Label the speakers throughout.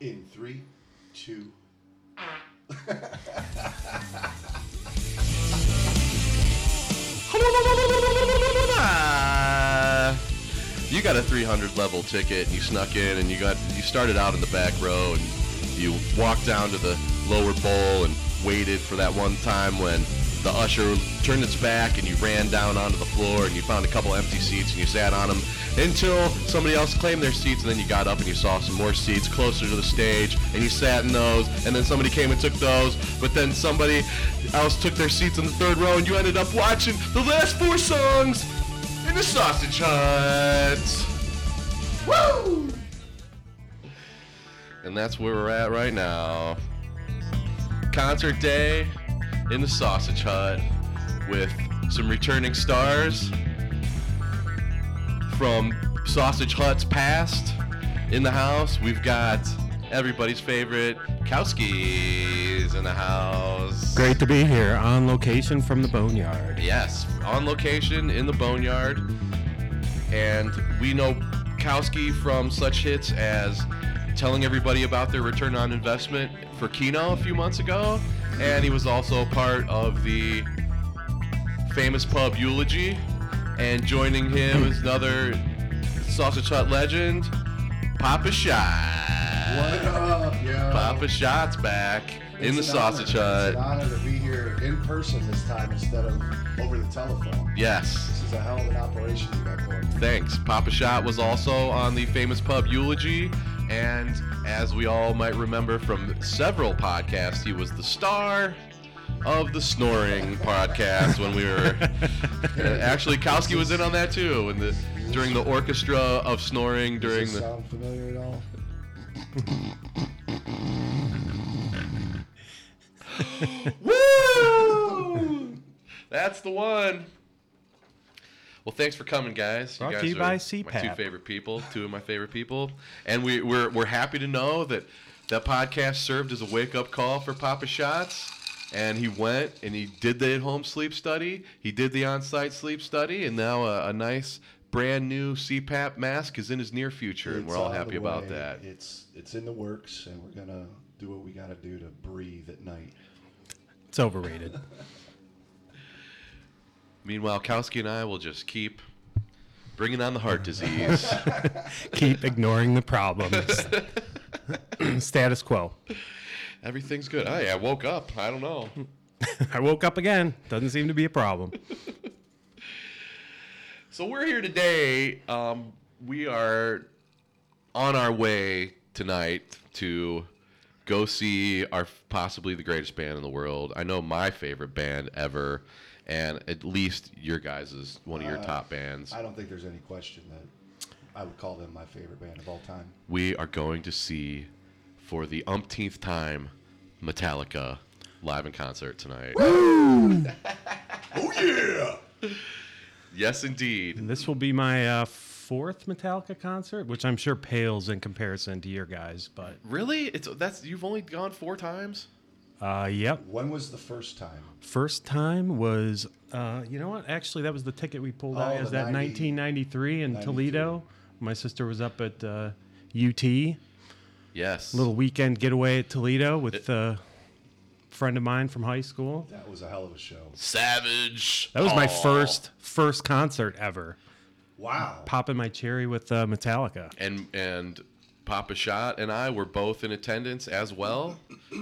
Speaker 1: in three, two.
Speaker 2: You got a 300 level ticket, and you snuck in, and you got you started out in the back row, and you walked down to the lower bowl and waited for that one time when the usher turned its back, and you ran down onto the floor, and you found a couple empty seats, and you sat on them until somebody else claimed their seats, and then you got up and you saw some more seats closer to the stage, and you sat in those, and then somebody came and took those, but then somebody else took their seats in the third row, and you ended up watching the last four songs in the Sausage Hut. Woo! And that's where we're at right now. Concert day in the Sausage Hut with some returning stars from Sausage Hut's past in the house. We've got everybody's favorite Kowski's in the house.
Speaker 3: Great to be here on location from the Boneyard.
Speaker 2: Yes, on location in the Boneyard. And we know Kowski from such hits as telling everybody about their return on investment for Kino a few months ago. And he was also part of the famous pub Eulogy. And joining him is another Sausage Hut legend, Papa Shot.
Speaker 1: What up, yo?
Speaker 2: Papa Shot's back
Speaker 1: It's
Speaker 2: in
Speaker 1: an
Speaker 2: the Sausage
Speaker 1: honor. It's an
Speaker 2: Hut.
Speaker 1: honor to be here in person this time instead of over the telephone.
Speaker 2: Yes.
Speaker 1: This is a hell of an operation you got going.
Speaker 2: Thanks. Papa Shot was also on the famous pub Eulogy, and as we all might remember from several podcasts, he was the star of the snoring podcast when we were actually Kowski was in on that too in the during the orchestra of snoring during
Speaker 1: Does this
Speaker 2: the
Speaker 1: sound familiar at all?
Speaker 2: Woo! That's the one. Well, thanks for coming, guys.
Speaker 3: Brought to
Speaker 2: guys
Speaker 3: you by
Speaker 2: My two
Speaker 3: CPAP.
Speaker 2: favorite people, two of my favorite people, and we, we're we're happy to know that that podcast served as a wake up call for Papa Shots. And he went and he did the at home sleep study. He did the on site sleep study, and now a, a nice brand new CPAP mask is in his near future, and we're
Speaker 1: It's
Speaker 2: all
Speaker 1: on
Speaker 2: happy
Speaker 1: the
Speaker 2: about
Speaker 1: way.
Speaker 2: that.
Speaker 1: It's it's in the works, and we're gonna do what we gotta do to breathe at night.
Speaker 3: It's overrated.
Speaker 2: Meanwhile, Kowski and I will just keep bringing on the heart disease.
Speaker 3: Keep ignoring the problems. Status quo.
Speaker 2: Everything's good. Hey, I woke up. I don't know.
Speaker 3: I woke up again. Doesn't seem to be a problem.
Speaker 2: So we're here today. Um, we are on our way tonight to go see our possibly the greatest band in the world. I know my favorite band ever, and at least your guys is one of your top bands.
Speaker 1: Uh, I don't think there's any question that I would call them my favorite band of all time.
Speaker 2: We are going to see for the umpteenth time Metallica live in concert tonight.
Speaker 1: Oh yeah!
Speaker 2: Yes, indeed.
Speaker 3: This will be my uh, fourth Metallica concert, which I'm sure pales in comparison to your guys. But
Speaker 2: Really? It's that's you've only gone four times.
Speaker 3: uh, yep,
Speaker 1: When was the first time?
Speaker 3: first time was uh, you know what? Actually, that was the ticket we pulled out.
Speaker 1: Oh,
Speaker 3: Is
Speaker 1: the
Speaker 3: that
Speaker 1: 90
Speaker 3: 1993 in
Speaker 1: 93.
Speaker 3: Toledo? My sister was up at uh, UT.
Speaker 2: Yes.
Speaker 3: little weekend getaway at Toledo with a friend of mine from high school.
Speaker 1: That was a hell of a show.
Speaker 2: Savage.
Speaker 3: That was my
Speaker 2: Aw.
Speaker 3: first first concert ever.
Speaker 1: Wow.
Speaker 3: Popping my cherry with uh, Metallica.
Speaker 2: And and Papa Shot and I were both in attendance as well.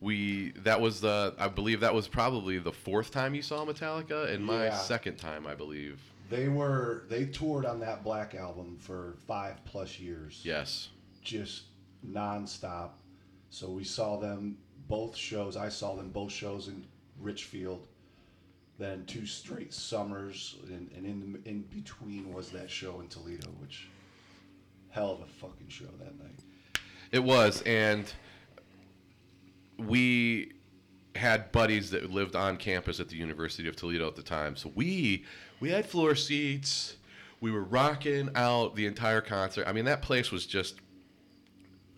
Speaker 2: We that was the I believe that was probably the fourth time you saw Metallica and my
Speaker 1: Yeah.
Speaker 2: second time I believe.
Speaker 1: They were they toured on that Black album for five plus years.
Speaker 2: Yes.
Speaker 1: Just nonstop. So we saw them both shows. I saw them both shows in Richfield. Then two straight summers, and, and in in between was that show in Toledo, which hell of a fucking show that night.
Speaker 2: It was, and we had buddies that lived on campus at the University of Toledo at the time. So we we had floor seats. We were rocking out the entire concert. I mean, that place was just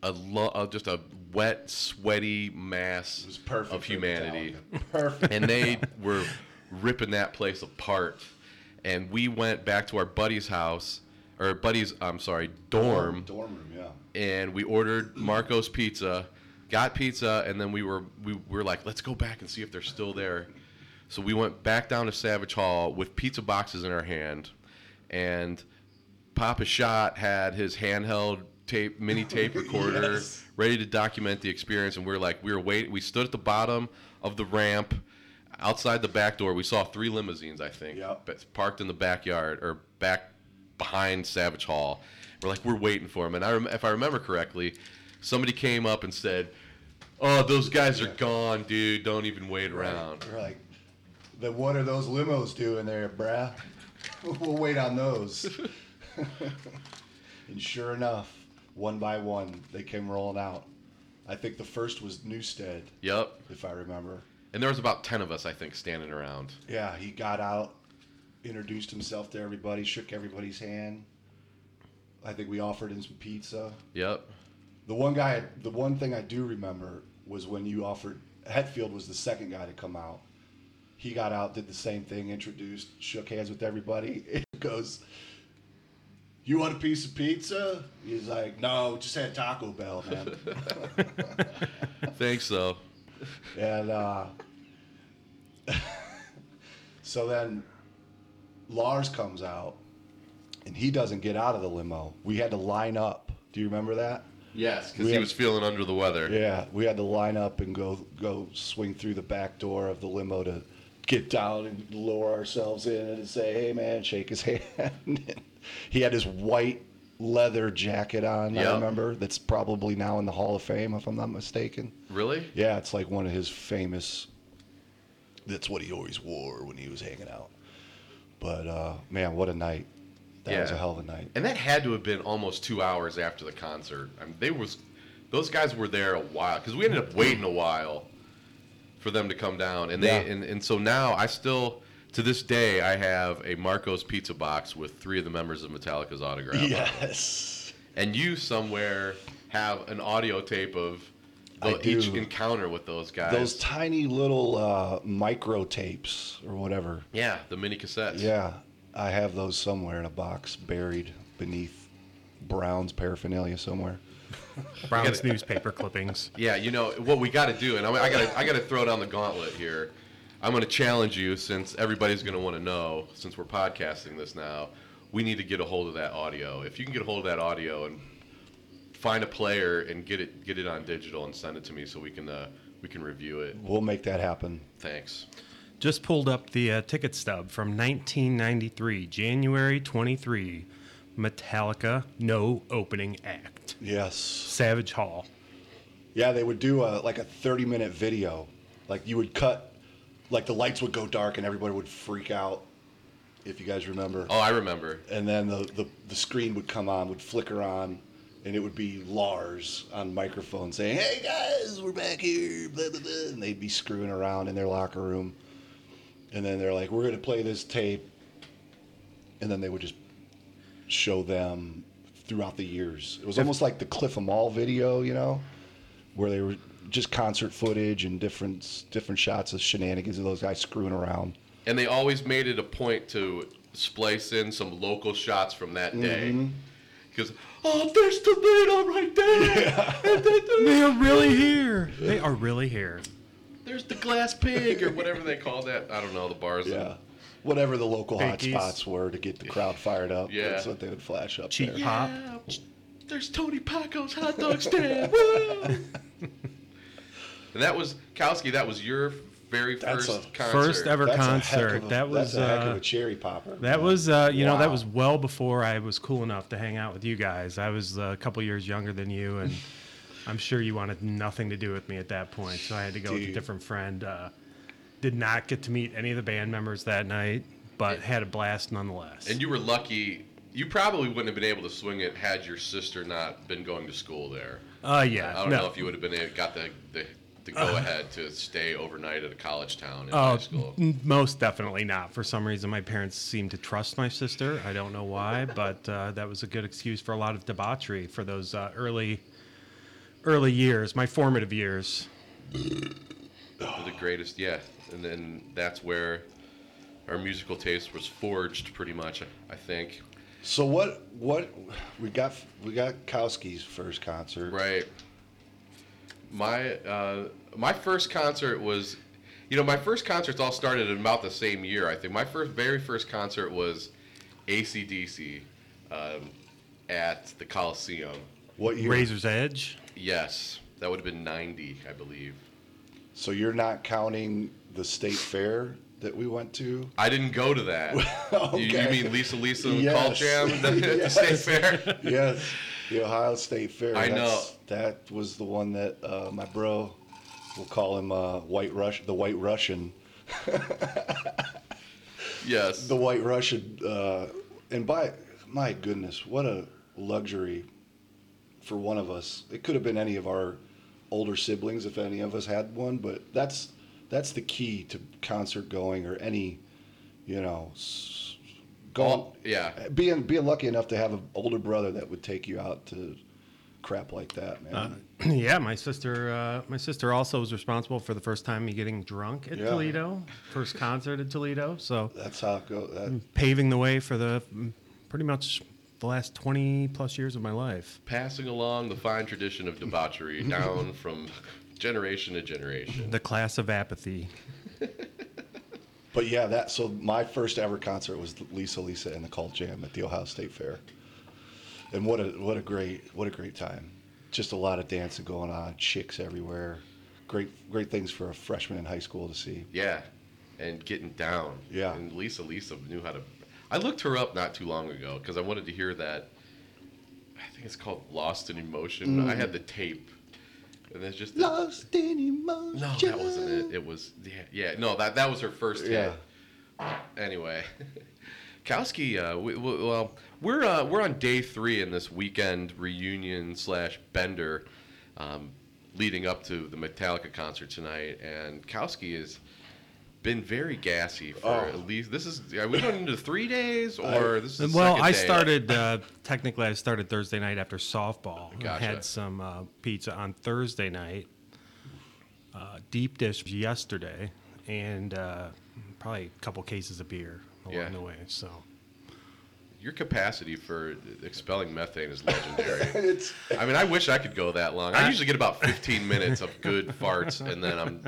Speaker 2: a lo- uh, just a wet, sweaty mass
Speaker 1: It was perfect
Speaker 2: of
Speaker 1: for
Speaker 2: humanity
Speaker 1: Metallica. Perfect.
Speaker 2: and they were ripping that place apart. And we went back to our buddy's house or buddy's, I'm sorry, dorm,
Speaker 1: Dorm room, yeah.
Speaker 2: and we ordered Marco's Pizza, got pizza, and then we were we were like, let's go back and see if they're still there. So we went back down to Savage Hall with pizza boxes in our hand, and Papa Shot had his handheld tape mini tape recorder
Speaker 1: Yes.
Speaker 2: ready to document the experience, and we are like, we were wait, we stood at the bottom of the ramp. Outside the back door, we saw three limousines, I think,
Speaker 1: Yep.
Speaker 2: but parked in the backyard or back behind Savage Hall. We're like, we're waiting for him. And I rem- if I remember correctly, somebody came up and said, "Oh, those guys are gone, dude. Don't even wait around."
Speaker 1: We're like, the what are those limos doing there, bruh? we'll wait on those. and sure enough, one by one, they came rolling out. I think the first was Newstead,
Speaker 2: Yep.
Speaker 1: if I remember.
Speaker 2: And there was about ten of us, I think, standing around.
Speaker 1: Yeah, he got out, introduced himself to everybody, shook everybody's hand. I think we offered him some pizza.
Speaker 2: Yep.
Speaker 1: The one guy, the one thing I do remember was when you offered Hetfield was the second guy to come out. He got out, did the same thing, introduced, shook hands with everybody. It goes, "You want a piece of pizza?" He's like, "No, just had Taco Bell, man."
Speaker 2: Thanks, though.
Speaker 1: and uh, so then Lars comes out, and he doesn't get out of the limo. We had to line up. Do you remember that?
Speaker 2: Yes, because
Speaker 1: We
Speaker 2: he
Speaker 1: had-
Speaker 2: was feeling under the weather.
Speaker 1: Yeah, we had to line up and go go swing through the back door of the limo to get down and lower ourselves in and say, "Hey, man," shake his hand. he had his white leather jacket on.
Speaker 2: Yep.
Speaker 1: I remember that's probably now in the Hall of Fame, if I'm not mistaken.
Speaker 2: Really?
Speaker 1: Yeah, it's like one of his famous. That's what he always wore when he was hanging out. But uh, man, what a night! That was
Speaker 2: Yeah.
Speaker 1: a hell of a night.
Speaker 2: And that had to have been almost two hours after the concert. I mean, they was those guys were there a while because we ended up waiting a while for them to come down. And they
Speaker 1: Yeah.
Speaker 2: and, and so now I still to this day I have a Marco's pizza box with three of the members of Metallica's autograph. on it.
Speaker 1: Yes.
Speaker 2: And you somewhere have an audio tape of
Speaker 1: I
Speaker 2: the, each
Speaker 1: do.
Speaker 2: encounter with those guys.
Speaker 1: Those tiny little uh, micro tapes or whatever.
Speaker 2: yeah, the mini cassettes.
Speaker 1: Yeah, I have those somewhere in a box buried beneath Brown's paraphernalia somewhere.
Speaker 3: Brown's newspaper clippings.
Speaker 2: Yeah, you know what we got to do, and I, I got to I got to throw down the gauntlet here. I'm going to challenge you since everybody's going to want to know since we're podcasting this now. We need to get a hold of that audio. If you can get a hold of that audio and find a player and get it get it on digital and send it to me so we can uh, we can review it.
Speaker 1: We'll make that happen.
Speaker 2: Thanks.
Speaker 3: Just pulled up the uh, ticket stub from 1993, January 23. Metallica, no opening act.
Speaker 1: Yes.
Speaker 3: Savage Hall.
Speaker 1: Yeah, they would do a like a 30 minute video. Like you would cut, like the lights would go dark and everybody would freak out, if you guys remember.
Speaker 2: Oh, I remember.
Speaker 1: And then the, the, the screen would come on, would flicker on, and it would be Lars on microphone saying, Hey guys, we're back here, blah, blah, blah. And they'd be screwing around in their locker room. And then they're like, We're going to play this tape. And then they would just show them throughout the years. It was almost like the Cliff Amal video, you know, where they were just concert footage and different, different shots of shenanigans of those guys screwing around.
Speaker 2: And they always made it a point to splice in some local shots from that day. Because oh, there's the Toledo right there. And then the-
Speaker 3: They are really here. They are really here.
Speaker 2: There's the glass pig or whatever they call that. I don't know the bars.
Speaker 1: Yeah. Whatever the local hot
Speaker 3: Pinkies.
Speaker 1: spots were to get the crowd fired up.
Speaker 2: Yeah.
Speaker 1: That's what they would flash up
Speaker 3: Cheap
Speaker 1: there.
Speaker 3: pop.
Speaker 2: Yeah. There's Tony Paco's hot dog stand. Woo! and that was Kowski. That was your very
Speaker 1: That's
Speaker 2: first
Speaker 1: a-
Speaker 2: concert.
Speaker 3: First ever
Speaker 1: That's a heck
Speaker 3: concert.
Speaker 1: of a-
Speaker 3: that was
Speaker 1: that's a heck of
Speaker 3: uh,
Speaker 1: a cherry popper.
Speaker 3: That was, uh, you know, that
Speaker 1: Wow.
Speaker 3: was well before I was cool enough to hang out with you guys. I was uh, a couple years younger than you, and I'm sure you wanted nothing to do with me at that point. So I had to go with a
Speaker 1: Dude.
Speaker 3: different friend. Uh, did not get to meet any of the band members that night, but had a blast nonetheless.
Speaker 2: And you were lucky. You probably wouldn't have been able to swing it had your sister not been going to school there.
Speaker 3: uh, yeah,
Speaker 2: I don't
Speaker 3: no. Uh-huh.
Speaker 2: know if you would have been able, got the the, the go ahead to stay overnight at a college town in high
Speaker 3: Oh,
Speaker 2: school.
Speaker 3: n- most definitely not. For some reason, my parents seemed to trust my sister. I don't know why, but uh, that was a good excuse for a lot of debauchery for those uh, early, early years, my formative years.
Speaker 2: They're the greatest, yeah. And then that's where our musical taste was forged, pretty much. I think.
Speaker 1: So what? What we got? We got Kowski's first concert.
Speaker 2: Right. My uh, my first concert was, you know, my first concerts all started in about the same year. I think my first, very first concert was ACDC um, at the Coliseum.
Speaker 1: What year?
Speaker 3: Razor's Edge.
Speaker 2: Yes, that would have been ninety, I believe.
Speaker 1: So you're not counting the state fair that we went to?
Speaker 2: I didn't go to that. You- you,
Speaker 1: Okay.
Speaker 2: mean Lisa Lisa and
Speaker 1: Yes.
Speaker 2: Call Jam at the, at the State
Speaker 1: Yes.
Speaker 2: Fair?
Speaker 1: yes, the Ohio State Fair.
Speaker 2: I know.
Speaker 1: That's- that was the one that uh, my bro, we'll call him uh, White Rush, the White Russian,
Speaker 2: Yes.
Speaker 1: the White Russian. Uh, and by my goodness, what a luxury for one of us. It could have been any of our older siblings if any of us had one, but that's that's the key to concert going or any, you know, s- going.
Speaker 2: All- yeah.
Speaker 1: being being lucky enough to have an older brother that would take you out to crap like that, man.
Speaker 3: yeah, my sister. Uh, my sister also was responsible for the first time me getting drunk at
Speaker 1: Yeah.
Speaker 3: Toledo, first concert at Toledo. So
Speaker 1: That's how it goes. That,
Speaker 3: paving the way for the mm, pretty much the last twenty plus years of my life.
Speaker 2: Passing along the fine tradition of debauchery down from generation to generation.
Speaker 3: The class of apathy.
Speaker 1: but yeah, that. So my first ever concert was Lisa Lisa and the Cult Jam at the Ohio State Fair, and what a what a great what a great time. Just a lot of dancing going on, chicks everywhere. Great great things for a freshman in high school to see.
Speaker 2: Yeah, and getting down.
Speaker 1: Yeah.
Speaker 2: And Lisa Lisa knew how to. I looked her up not too long ago because I wanted to hear that. I think it's called Lost in Emotion. I had the tape, and there's just
Speaker 1: Lost in emotion.
Speaker 2: no, that wasn't it. It was yeah, yeah. No, that that was her first
Speaker 1: Yeah.
Speaker 2: hit. Anyway, Kowski, uh, we, we, well, we're uh, we're on day three in this weekend reunion slash bender, um, leading up to the Metallica concert tonight, and Kowski has been very gassy for
Speaker 1: Oh.
Speaker 2: at least this is are we going into three days or this is the
Speaker 3: well,
Speaker 2: second
Speaker 3: I
Speaker 2: day?
Speaker 3: started uh, technically. I started Thursday night after softball. I
Speaker 2: Gotcha.
Speaker 3: had some uh, pizza on Thursday night. Uh, deep dish yesterday, and uh, probably a couple cases of beer along
Speaker 2: Yeah.
Speaker 3: the way. So.
Speaker 2: your capacity for expelling methane is legendary.
Speaker 1: It's
Speaker 2: I mean, I wish I could go that long. I usually get about 15 minutes of good farts, and then I'm,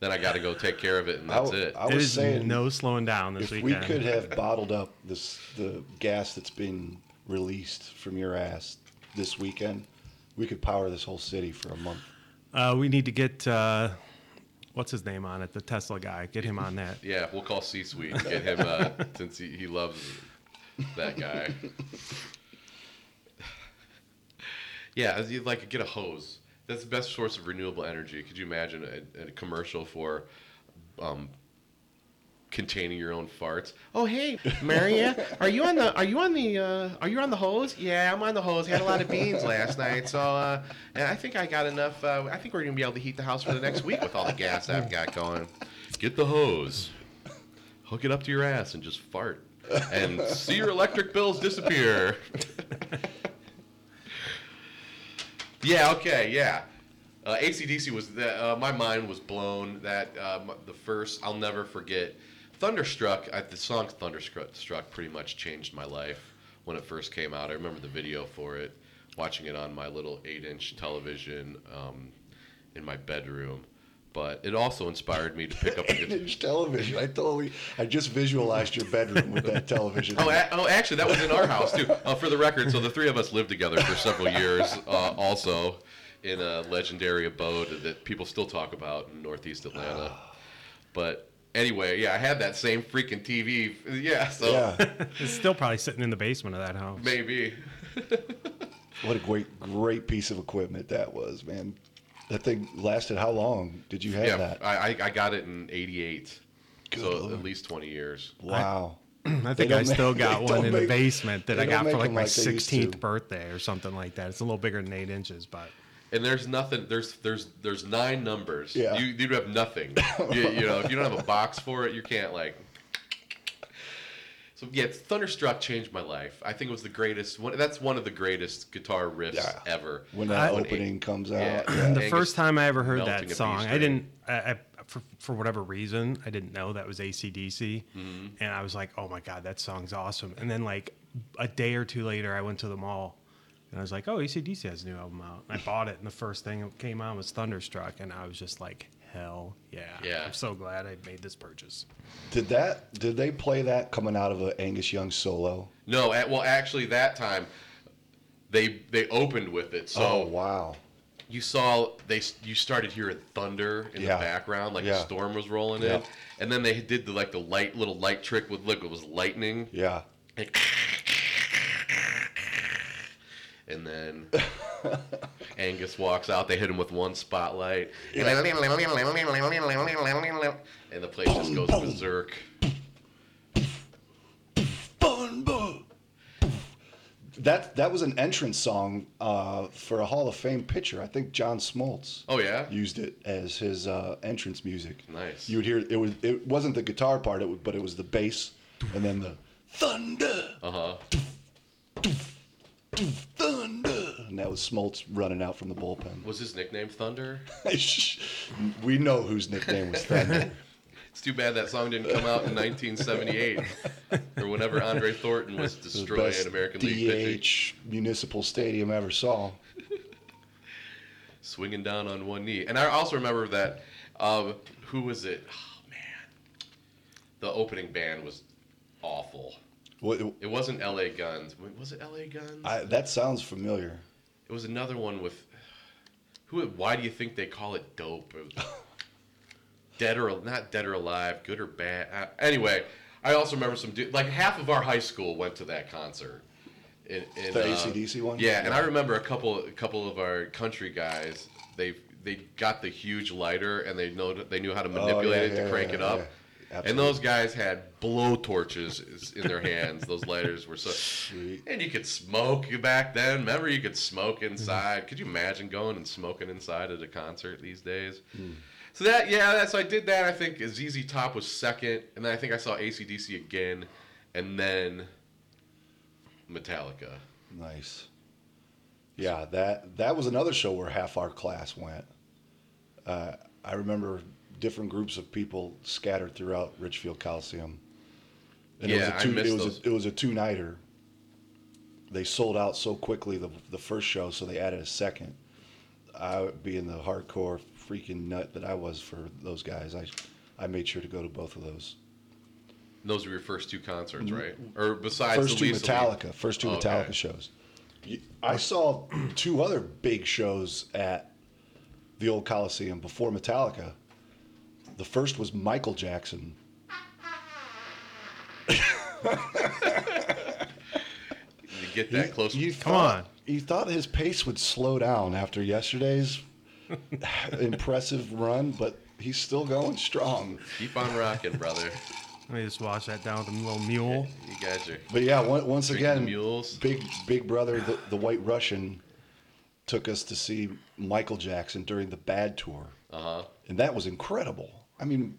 Speaker 2: then I got to go take care of it, and that's
Speaker 1: I,
Speaker 2: it.
Speaker 1: I was
Speaker 3: There's
Speaker 1: saying
Speaker 3: no slowing down this
Speaker 1: if
Speaker 3: weekend.
Speaker 1: we could have bottled up this the gas that's been released from your ass this weekend, we could power this whole city for a month.
Speaker 3: uh, we need to get uh, what's his name on it, the Tesla guy. Get him on that.
Speaker 2: yeah, we'll call C-suite and get him uh, since he, he loves that guy. yeah, as you'd like get a hose. That's the best source of renewable energy. Could you imagine a, a commercial for um, containing your own farts? Oh hey, Maria, are you on the are you on the uh, are you on the hose? Yeah, I'm on the hose. Had a lot of beans last night, so uh, and I think I got enough. Uh, I think we're gonna be able to heat the house for the next week with all the gas I've got going. Get the hose, hook it up to your ass, and just fart, and see your electric bills disappear. Yeah. Okay. Yeah. Uh, ACDC was the, uh, my mind was blown that uh, m- the first I'll never forget. Thunderstruck. I, the song Thunderstruck struck pretty much changed my life when it first came out. I remember the video for it, watching it on my little eight-inch television um, in my bedroom. But it also inspired me to pick up a guitar.
Speaker 1: Eight-inch television. I totally. I just visualized your bedroom with that television.
Speaker 2: Oh, a- oh, actually, that was in our house too. Uh, for the record, so the three of us lived together for several years, uh, also in a legendary abode that people still talk about in Northeast Atlanta. But anyway, yeah, I had that same freaking TV. Yeah, so
Speaker 1: yeah.
Speaker 3: It's still probably sitting in the basement of that house.
Speaker 2: maybe.
Speaker 1: What a great, great piece of equipment that was, man. That thing lasted how long? Did you have
Speaker 2: Yeah,
Speaker 1: that?
Speaker 2: I, I I got it in '88,
Speaker 1: Good
Speaker 2: so
Speaker 1: lord.
Speaker 2: at least 20 years.
Speaker 1: Wow.
Speaker 3: I think
Speaker 1: don't
Speaker 3: I still
Speaker 1: make-
Speaker 3: got
Speaker 1: they
Speaker 3: one
Speaker 1: don't
Speaker 3: in the
Speaker 1: make-
Speaker 3: basement that
Speaker 1: they
Speaker 3: I
Speaker 1: don't
Speaker 3: got
Speaker 1: make
Speaker 3: for like
Speaker 1: them
Speaker 3: my
Speaker 1: like they used to.
Speaker 3: 16th birthday or something like that. It's a little bigger than eight inches, but
Speaker 2: And there's nothing. There's there's there's nine numbers.
Speaker 1: Yeah.
Speaker 2: You you have nothing. you, you know, if you don't have a box for it, you can't like. So yeah, Thunderstruck changed my life. I think it was the greatest. One, that's one of the greatest guitar riffs
Speaker 1: Yeah.
Speaker 2: ever.
Speaker 1: When that
Speaker 3: I- e-
Speaker 1: opening comes out.
Speaker 2: Yeah.
Speaker 1: Yeah.
Speaker 3: the
Speaker 2: Angus
Speaker 3: first time I ever heard
Speaker 2: melting a
Speaker 3: that
Speaker 2: bee
Speaker 3: song, I
Speaker 2: string.
Speaker 3: didn't. I, I for, for whatever
Speaker 2: Mm-hmm.
Speaker 3: reason, I didn't know that was ACDC, and I was like, "Oh my god, that song's awesome!" And then like a day or two later, I went to the mall and I was like, oh, ACDC has a new album out. And I bought it, and the first thing that came on was Thunderstruck. And I was just like, hell yeah.
Speaker 2: Yeah.
Speaker 3: I'm so glad I made this purchase.
Speaker 1: Did that? Did they play that coming out of an Angus Young solo?
Speaker 2: No, at, well, actually, that time they they opened with it, so
Speaker 1: oh wow!
Speaker 2: you saw they s- you started hearing thunder in
Speaker 1: Yeah.
Speaker 2: the background, like
Speaker 1: Yeah.
Speaker 2: a storm was rolling in,
Speaker 1: Yeah.
Speaker 2: and then they did the like the light little light trick with look, it was lightning,
Speaker 1: Yeah,
Speaker 2: like, and then Angus walks out. They hit him with one spotlight, and the place just goes berserk.
Speaker 1: Bun, bun. That that was an entrance song uh, for a Hall of Fame pitcher. I think John Smoltz
Speaker 2: Oh yeah,
Speaker 1: used it as his uh, entrance music.
Speaker 2: nice.
Speaker 1: You would hear it was it wasn't the guitar part, it was, but it was the bass and then the thunder,
Speaker 2: uh huh.
Speaker 1: thunder, and that was Smoltz running out from the bullpen.
Speaker 2: Was his nickname Thunder?
Speaker 1: we know whose nickname was Thunder.
Speaker 2: It's too bad that song didn't come out in 1978 or whenever Andre Thornton was
Speaker 1: The
Speaker 2: destroying
Speaker 1: best
Speaker 2: American League pitching,
Speaker 1: DH municipal stadium I ever saw.
Speaker 2: swinging down on one knee. And I also remember that. Um, who was it? Oh man, the opening band was awful.
Speaker 1: What,
Speaker 2: It wasn't L.A. Guns. Wait, Was it L.A. Guns?
Speaker 1: I, that sounds familiar.
Speaker 2: it was another one with. Who? Why do you think they call it dope? It was- dead or not dead or alive, good or bad. Uh, anyway, I also remember some dude. Like half of our high school went to that concert. In, in,
Speaker 1: The
Speaker 2: uh,
Speaker 1: AC/DC one?
Speaker 2: Yeah, and I remember a couple a couple of our country guys. They they got the huge lighter and they know they knew how to manipulate it to
Speaker 1: Oh, yeah,
Speaker 2: crank
Speaker 1: yeah,
Speaker 2: it up.
Speaker 1: yeah.
Speaker 2: And those guys had blow torches is- in their hands. Those lighters were so,
Speaker 1: Sweet.
Speaker 2: and you could smoke back then. Remember, you could smoke inside. Could you imagine going and smoking inside at a concert these days?
Speaker 1: Hmm.
Speaker 2: So that, yeah, that, so I did that. I think ZZ Top was second, and then I think I saw ACDC again, and then Metallica.
Speaker 1: Nice. Yeah, that that was another show where half our class went. Uh, I remember different groups of people scattered throughout Richfield Coliseum.
Speaker 2: Yeah, I
Speaker 1: it was a two,
Speaker 2: missed
Speaker 1: it was
Speaker 2: those.
Speaker 1: A, it was a two-nighter. They sold out so quickly the the first show, so they added a second. I being the hardcore freaking nut that I was for those guys, I I made sure to go to both of those.
Speaker 2: And Those were your first two concerts, right? Or besides
Speaker 1: Mm-hmm. first
Speaker 2: the
Speaker 1: two
Speaker 2: Lisa Lee-
Speaker 1: Metallica, first two
Speaker 2: Oh, Okay.
Speaker 1: Metallica shows. You- I saw two other big shows at the old Coliseum before Metallica. The first was Michael Jackson.
Speaker 2: You get that close.
Speaker 1: You
Speaker 3: Come
Speaker 1: thought-
Speaker 3: on.
Speaker 1: You thought his pace would slow down after yesterday's impressive run, but he's still going strong.
Speaker 2: keep on rocking, brother.
Speaker 3: Let me just wash that down with a little mule.
Speaker 2: You guys are.
Speaker 1: But yeah, on- once
Speaker 2: Drinking
Speaker 1: again,
Speaker 2: mules.
Speaker 1: big big brother, the, the White Russian, took us to see Michael Jackson during the Bad Tour,
Speaker 2: Uh huh.
Speaker 1: and that was incredible. I mean,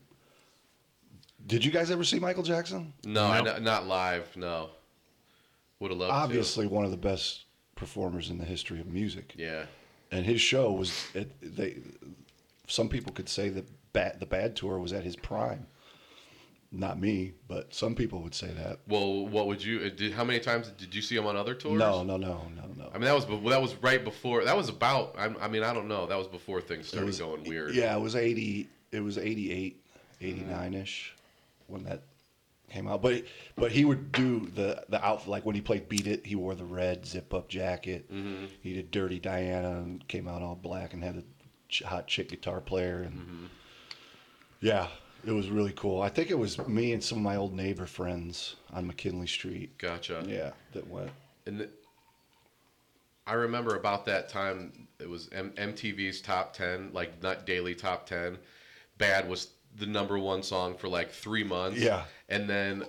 Speaker 1: did you guys ever see Michael Jackson?
Speaker 2: No, I-
Speaker 3: No.
Speaker 2: not, not live. No. Would have loved
Speaker 1: Obviously, one of the best performers in the history of music,
Speaker 2: to. Yeah.
Speaker 1: and his show was it, they. Some people could say that Bad, the Bad Tour was at his prime. Not me, but some people would say that.
Speaker 2: Well, what would you? uh, Did, how many times did you see him on other tours?
Speaker 1: No, no, no, no, no.
Speaker 2: I mean, that was be- that was right before. That was about. I, I mean, I don't know. That was before things
Speaker 1: It
Speaker 2: started
Speaker 1: was- e,
Speaker 2: going weird.
Speaker 1: Yeah, it was 80 it was 88, 89ish when that came out. But but he would do the the outfit like when he played Beat It, he wore the red zip-up jacket.
Speaker 2: Mm-hmm.
Speaker 1: He did Dirty Diana and came out all black and had a ch- hot chick guitar player and
Speaker 2: Mm-hmm.
Speaker 1: Yeah, it was really cool. I think it was me and some of my old neighbor friends on McKinley Street.
Speaker 2: Gotcha.
Speaker 1: Yeah, that went.
Speaker 2: And th- I remember about that time. It was M- MTV's top ten, like not daily top ten. Bad was the number one song for like three months.
Speaker 1: Yeah.
Speaker 2: And then,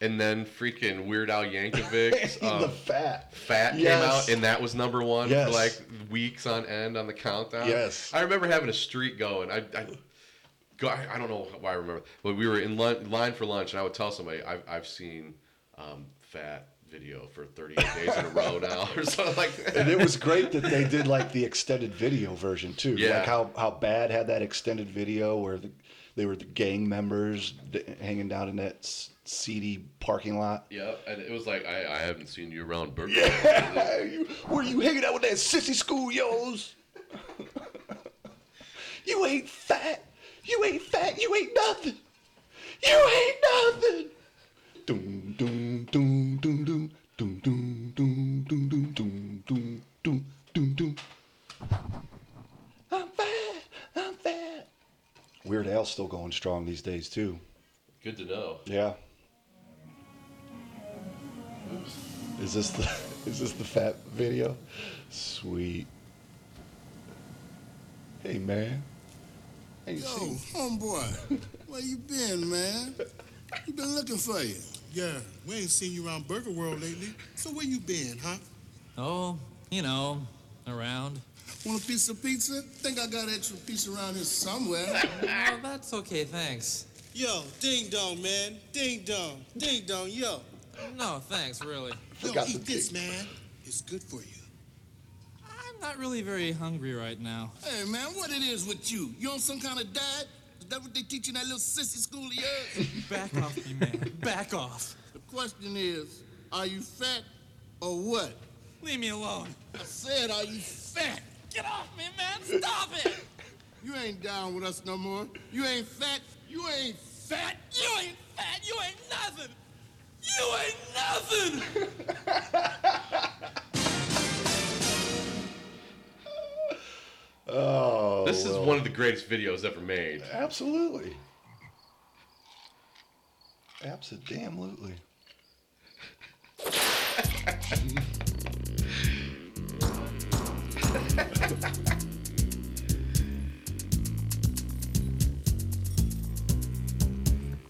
Speaker 2: and then freaking Weird Al Yankovic's
Speaker 1: the
Speaker 2: um,
Speaker 1: fat.
Speaker 2: Fat came
Speaker 1: Yes.
Speaker 2: out, and that was number one
Speaker 1: Yes.
Speaker 2: for like weeks on end on the countdown.
Speaker 1: Yes.
Speaker 2: I remember having a streak going. I, I go. I, I don't know why I remember, but we were in lun- line for lunch, and I would tell somebody I've I've seen um, Fat video for 38 days in a row now or something like that.
Speaker 1: and it was great that they did like the extended video version too.
Speaker 2: Yeah.
Speaker 1: Like how how bad had that extended video where the, they were the gang members d- hanging down in that s- seedy parking lot.
Speaker 2: Yep, and it was like I, I haven't seen you around Burke.
Speaker 1: Yeah, you, were you hanging out with that sissy school yo's? you ain't fat. You ain't fat. You ain't nothing. You ain't nothing. Doom doom doom doom doom doom doom doom doom doom doom doom doom doom doom. I'm fat. I'm fat. Weird Al's still going strong these days too.
Speaker 2: Good to know.
Speaker 1: Yeah. Is this the is this the fat video? Sweet. Hey man. Hey, you
Speaker 4: Yo,
Speaker 1: seen-
Speaker 4: homeboy, where you been, man? We been looking for you. Yeah, we ain't seen you around Burger World lately. So where you been, huh?
Speaker 5: Oh, you know, around.
Speaker 4: Want a piece of pizza? Think I got extra pizza around here somewhere.
Speaker 5: Oh, that's okay, thanks.
Speaker 6: Yo, ding dong, man. Ding dong. Ding dong, yo.
Speaker 5: No, thanks, really.
Speaker 4: Yo,
Speaker 1: Forgot the
Speaker 4: eat this,
Speaker 1: pizza.
Speaker 4: man. It's good for you.
Speaker 5: I'm not really very hungry right now.
Speaker 4: Hey, man, what it is with you? You on some kind of diet? Is that what they teach in that little sissy school of yours?
Speaker 5: Back off me, man. Back off.
Speaker 4: the question is, are you fat or what?
Speaker 5: Leave me alone.
Speaker 4: I said, are you fat?
Speaker 5: Get off me, man. Stop it.
Speaker 4: You ain't down with us no more. You ain't fat. You ain't fat.
Speaker 5: You ain't fat. You ain't nothing. You ain't nothing.
Speaker 1: Oh,
Speaker 2: This is one of the greatest videos ever made.
Speaker 1: absolutely. Absolutely.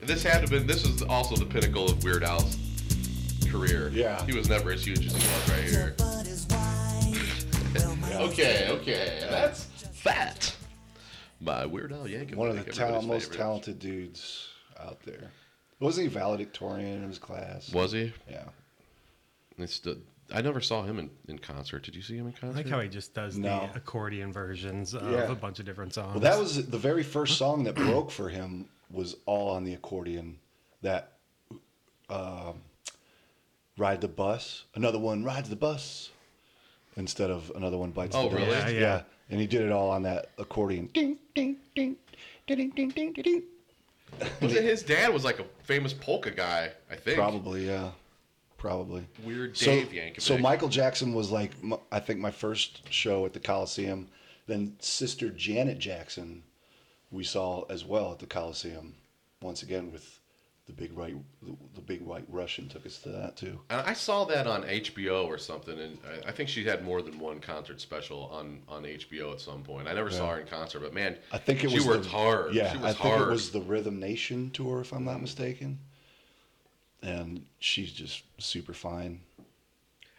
Speaker 2: This had to have been. This is also the pinnacle of Weird Al's career.
Speaker 1: Yeah.
Speaker 2: he was never as huge as he was right here. Okay, okay, that's fat. By Weird Al Yankovic.
Speaker 1: One of the
Speaker 2: everybody's
Speaker 1: tal- most
Speaker 2: favorite.
Speaker 1: talented dudes out there. Wasn't he valedictorian in his class?
Speaker 2: Was he?
Speaker 1: Yeah.
Speaker 2: It's the, I never saw him in, in concert. Did you see him in concert?
Speaker 3: I like how he just does
Speaker 1: No.
Speaker 3: the accordion versions of
Speaker 1: Yeah.
Speaker 3: a bunch of different songs.
Speaker 1: Well, that was the very first song that broke for him was all on the accordion. That um ride the bus, another one rides the bus, instead of another one bites.
Speaker 2: Oh,
Speaker 1: the dust.
Speaker 2: really?
Speaker 3: Yeah, yeah.
Speaker 1: And he did it all on that accordion. Ding ding ding ding ding ding ding ding.
Speaker 2: was it his dad was like a famous polka guy? I think.
Speaker 1: Probably, yeah. Probably.
Speaker 2: Weird
Speaker 1: So-
Speaker 2: Dave Yankovic.
Speaker 1: So Michael Jackson was like, m- I think my first show at the Coliseum. Then Sister Janet Jackson, we saw as well at the Coliseum. Once again with the big right, the, the big white Russian took us to that too.
Speaker 2: And I saw that on HBO or something, and I, I think she had more than one concert special on, on HBO at some point. I never saw her in concert, but man,
Speaker 1: I think it
Speaker 2: she
Speaker 1: was
Speaker 2: worked
Speaker 1: the,
Speaker 2: hard.
Speaker 1: Yeah,
Speaker 2: she
Speaker 1: I
Speaker 2: was
Speaker 1: think
Speaker 2: hard.
Speaker 1: it was the Rhythm Nation tour, if I'm not mistaken. And she's just super fine.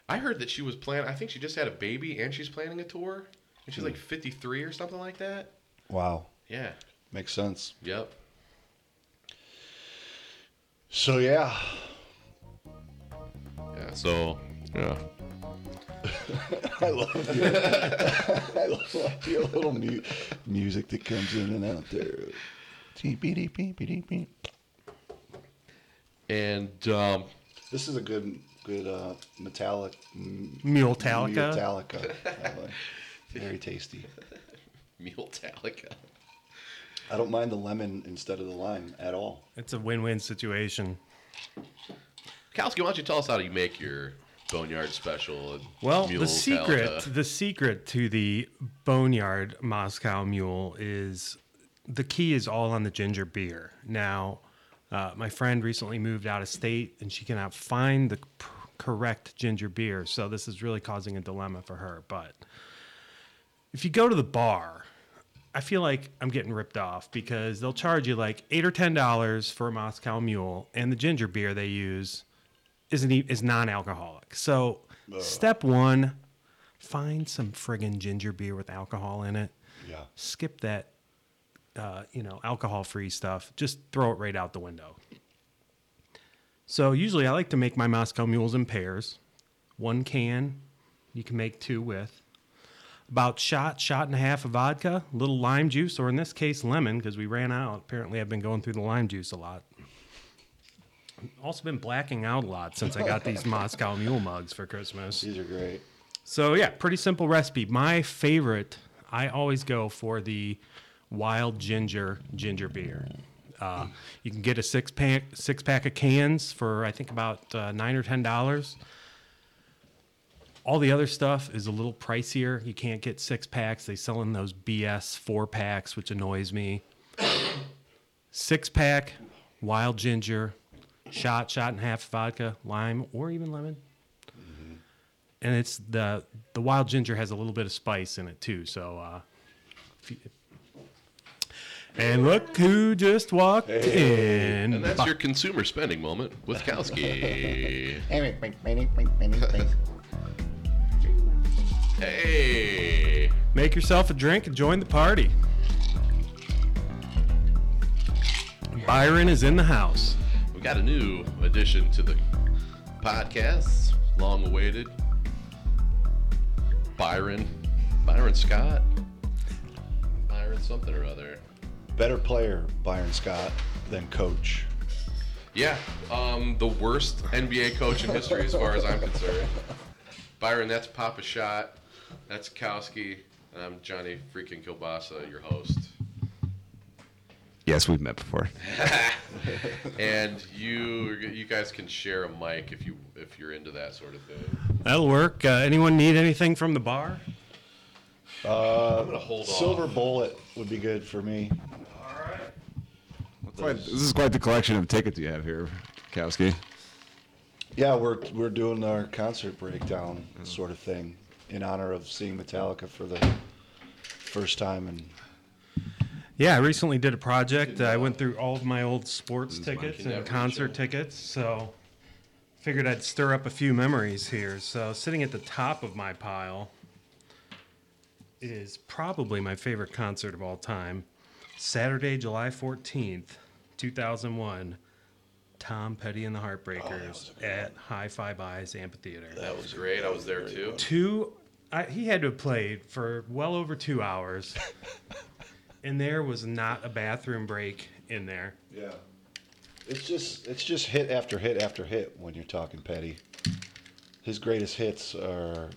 Speaker 2: I heard that she was planning. I think she just had a baby, and she's planning a tour, and
Speaker 3: Hmm.
Speaker 2: she's like fifty three or something like that.
Speaker 1: Wow,
Speaker 2: Yeah.
Speaker 1: makes sense.
Speaker 2: Yep.
Speaker 1: So yeah,
Speaker 2: Yeah. So. Yeah.
Speaker 1: I love your, I love your little mu- music that comes in and out there.
Speaker 2: And um,
Speaker 1: This is a good, good uh, metallic. m-
Speaker 3: Muletalica?
Speaker 1: Muletalica. that one. Very tasty.
Speaker 2: Metallica.
Speaker 1: I don't mind the lemon instead of the lime at all.
Speaker 3: it's a win-win situation.
Speaker 2: Kalski, why don't you tell us how you make your boneyard special? and
Speaker 3: Well,
Speaker 2: Mule
Speaker 3: the secret,
Speaker 2: Metallica?
Speaker 3: the secret to the Boneyard Moscow Mule is the key is all on the ginger beer. Now, uh, my friend recently moved out of state, and she cannot find the p- correct ginger beer, so this is really causing a dilemma for her. But if you go to the bar, I feel like I'm getting ripped off because they'll charge you like eight or ten dollars for a Moscow Mule, and the ginger beer they use isn't e- is non-alcoholic. So step one, find some friggin' ginger beer with alcohol in it.
Speaker 1: Yeah.
Speaker 3: Skip that, uh, you know, alcohol-free stuff. Just throw it right out the window. So usually I like to make my Moscow mules in pairs. One can, you can make two with. About shot, shot and a half of vodka, little lime juice, or in this case lemon, because we ran out. Apparently I've been going through the lime juice a lot. Also been blacking out a lot since I got these Moscow mule mugs for Christmas.
Speaker 1: These are great.
Speaker 3: So yeah, pretty simple recipe. My favorite, I always go for the wild ginger ginger beer. Uh, you can get a six pack six pack of cans for I think about uh, nine or ten dollars. All the other stuff is a little pricier. You can't get six packs. They sell in those BS four packs, which annoys me. six pack, wild ginger, shot, shot and a half vodka, lime, or even lemon
Speaker 2: Mm-hmm.
Speaker 3: and it's the the wild ginger has a little bit of spice in it too. So, uh, if you- and look who just walked in.
Speaker 2: And that's your consumer spending moment with Kowski. hey.
Speaker 3: Make yourself a drink and join the party. Byron is in the house.
Speaker 2: We got a new addition to the podcast, long awaited. Byron, Byron Scott, Byron something or other.
Speaker 1: Better player, Byron Scott, than coach.
Speaker 2: Yeah, um, the worst NBA coach in history, as far as I'm concerned. Byron, that's Papa Shot, that's Kowski, and I'm Johnny freaking Kilbasa, your host.
Speaker 7: Yes, we've met before.
Speaker 2: And you, you guys can share a mic if you if you're into that sort of thing.
Speaker 3: That'll work. Uh, anyone need anything from the bar?
Speaker 2: I'm gonna hold
Speaker 1: Silver
Speaker 2: off.
Speaker 1: bullet would be good for me.
Speaker 7: this is quite the collection of tickets you have here, Kowski.
Speaker 1: Yeah, we're we're doing our concert breakdown sort of thing in honor of seeing Metallica for the first time and
Speaker 3: Yeah, I recently did a project. I went through all of my old sports tickets and
Speaker 2: Never
Speaker 3: concert tickets, so figured I'd stir up a few memories here. So, sitting at the top of my pile is probably my favorite concert of all time. Saturday, July 14th, 2001, Tom Petty and the Heartbreakers at High Five Eyes Amphitheater
Speaker 2: That was great. I was there too.
Speaker 3: two. I, he had to have played for well over two hours, and there was not a bathroom break in there.
Speaker 1: yeah. It's just it's just hit after hit after hit when you're talking Petty. His greatest hits are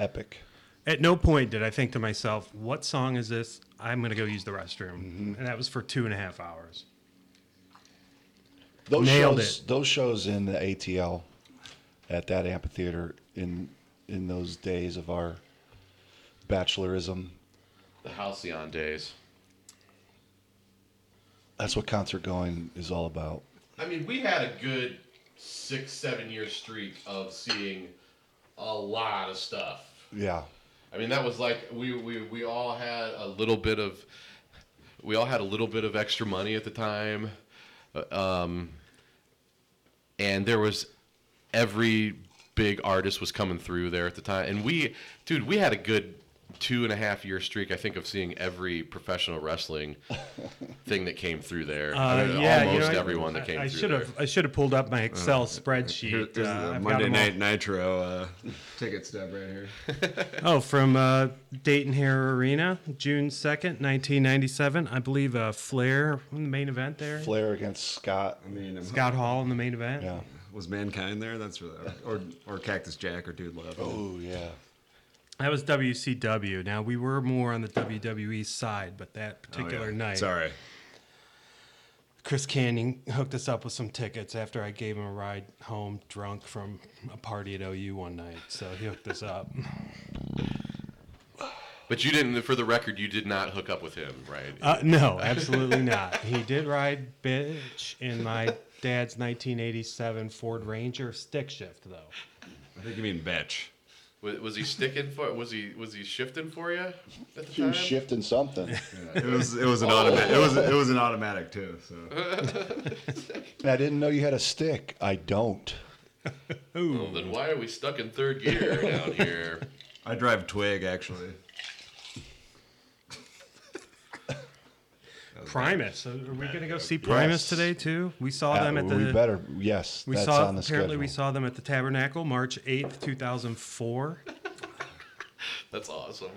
Speaker 1: epic.
Speaker 3: At no point did I think to myself, "What song is this? I'm gonna go use the restroom,"
Speaker 2: Mm-hmm.
Speaker 3: and that was for two and a half hours.
Speaker 1: Those
Speaker 3: Nailed
Speaker 1: shows, Those shows in the ATL at that amphitheater in in those days of our bachelorism.
Speaker 2: The Halcyon days.
Speaker 1: That's what concert going is all about.
Speaker 2: I mean, we had a good six, seven year streak of seeing a lot of stuff.
Speaker 1: Yeah.
Speaker 2: I mean, that was like we, we, we all had a little bit of we all had a little bit of extra money at the time, Uh, um, and there was every big artist was coming through there at the time. And we, dude, we had a good two and a half year streak, I think, of seeing every professional wrestling thing that came through
Speaker 3: Uh,
Speaker 2: there. I mean, Uh, almost everyone that came
Speaker 3: I,
Speaker 2: through.
Speaker 3: should
Speaker 2: there. Uh,
Speaker 3: have. I should have pulled up my Excel spreadsheet. Uh, I've got
Speaker 7: Monday
Speaker 3: them all.
Speaker 7: Night Nitro uh, ticket stub right here.
Speaker 3: Oh, from uh, Dayton Hare Arena, June second, nineteen ninety seven. I believe uh, Flair in the main event there.
Speaker 1: Flair against Scott.
Speaker 7: I mean, um,
Speaker 3: Scott Hall in the main event.
Speaker 1: Yeah.
Speaker 7: was Mankind there? That's where that, or or Cactus Jack or Dude Love.
Speaker 1: Oh yeah.
Speaker 3: That was WCW. Now we were more on the WWE side, but that
Speaker 7: Oh, yeah.
Speaker 3: particular night,
Speaker 7: Sorry.
Speaker 3: Chris Canyon hooked us up with some tickets after I gave him a ride home drunk from a party at OU one night. So he hooked us up.
Speaker 2: But you didn't, for the record, you did not hook up with him, right?
Speaker 3: Uh, no, absolutely not. He did ride bitch in my dad's 1987 Ford Ranger stick shift, though.
Speaker 7: I think you mean Betch.
Speaker 2: was, was he sticking for? Was he was he shifting for you at the
Speaker 1: He
Speaker 2: time?
Speaker 1: was shifting something.
Speaker 7: It was it was
Speaker 3: Oh.
Speaker 7: an automatic. It was it was an automatic too. So
Speaker 1: I didn't know you had a stick. I don't.
Speaker 2: Well, then why are we stuck in third gear down here?
Speaker 7: I drive Twig actually.
Speaker 3: Primus. Are we gonna go see Primus
Speaker 1: Yes.
Speaker 3: today too? We saw them at the.
Speaker 1: we better yes.
Speaker 3: we
Speaker 1: that's
Speaker 3: saw
Speaker 1: on the
Speaker 3: apparently
Speaker 1: schedule.
Speaker 3: we saw them at the Tabernacle March eighth, two thousand four.
Speaker 2: That's awesome.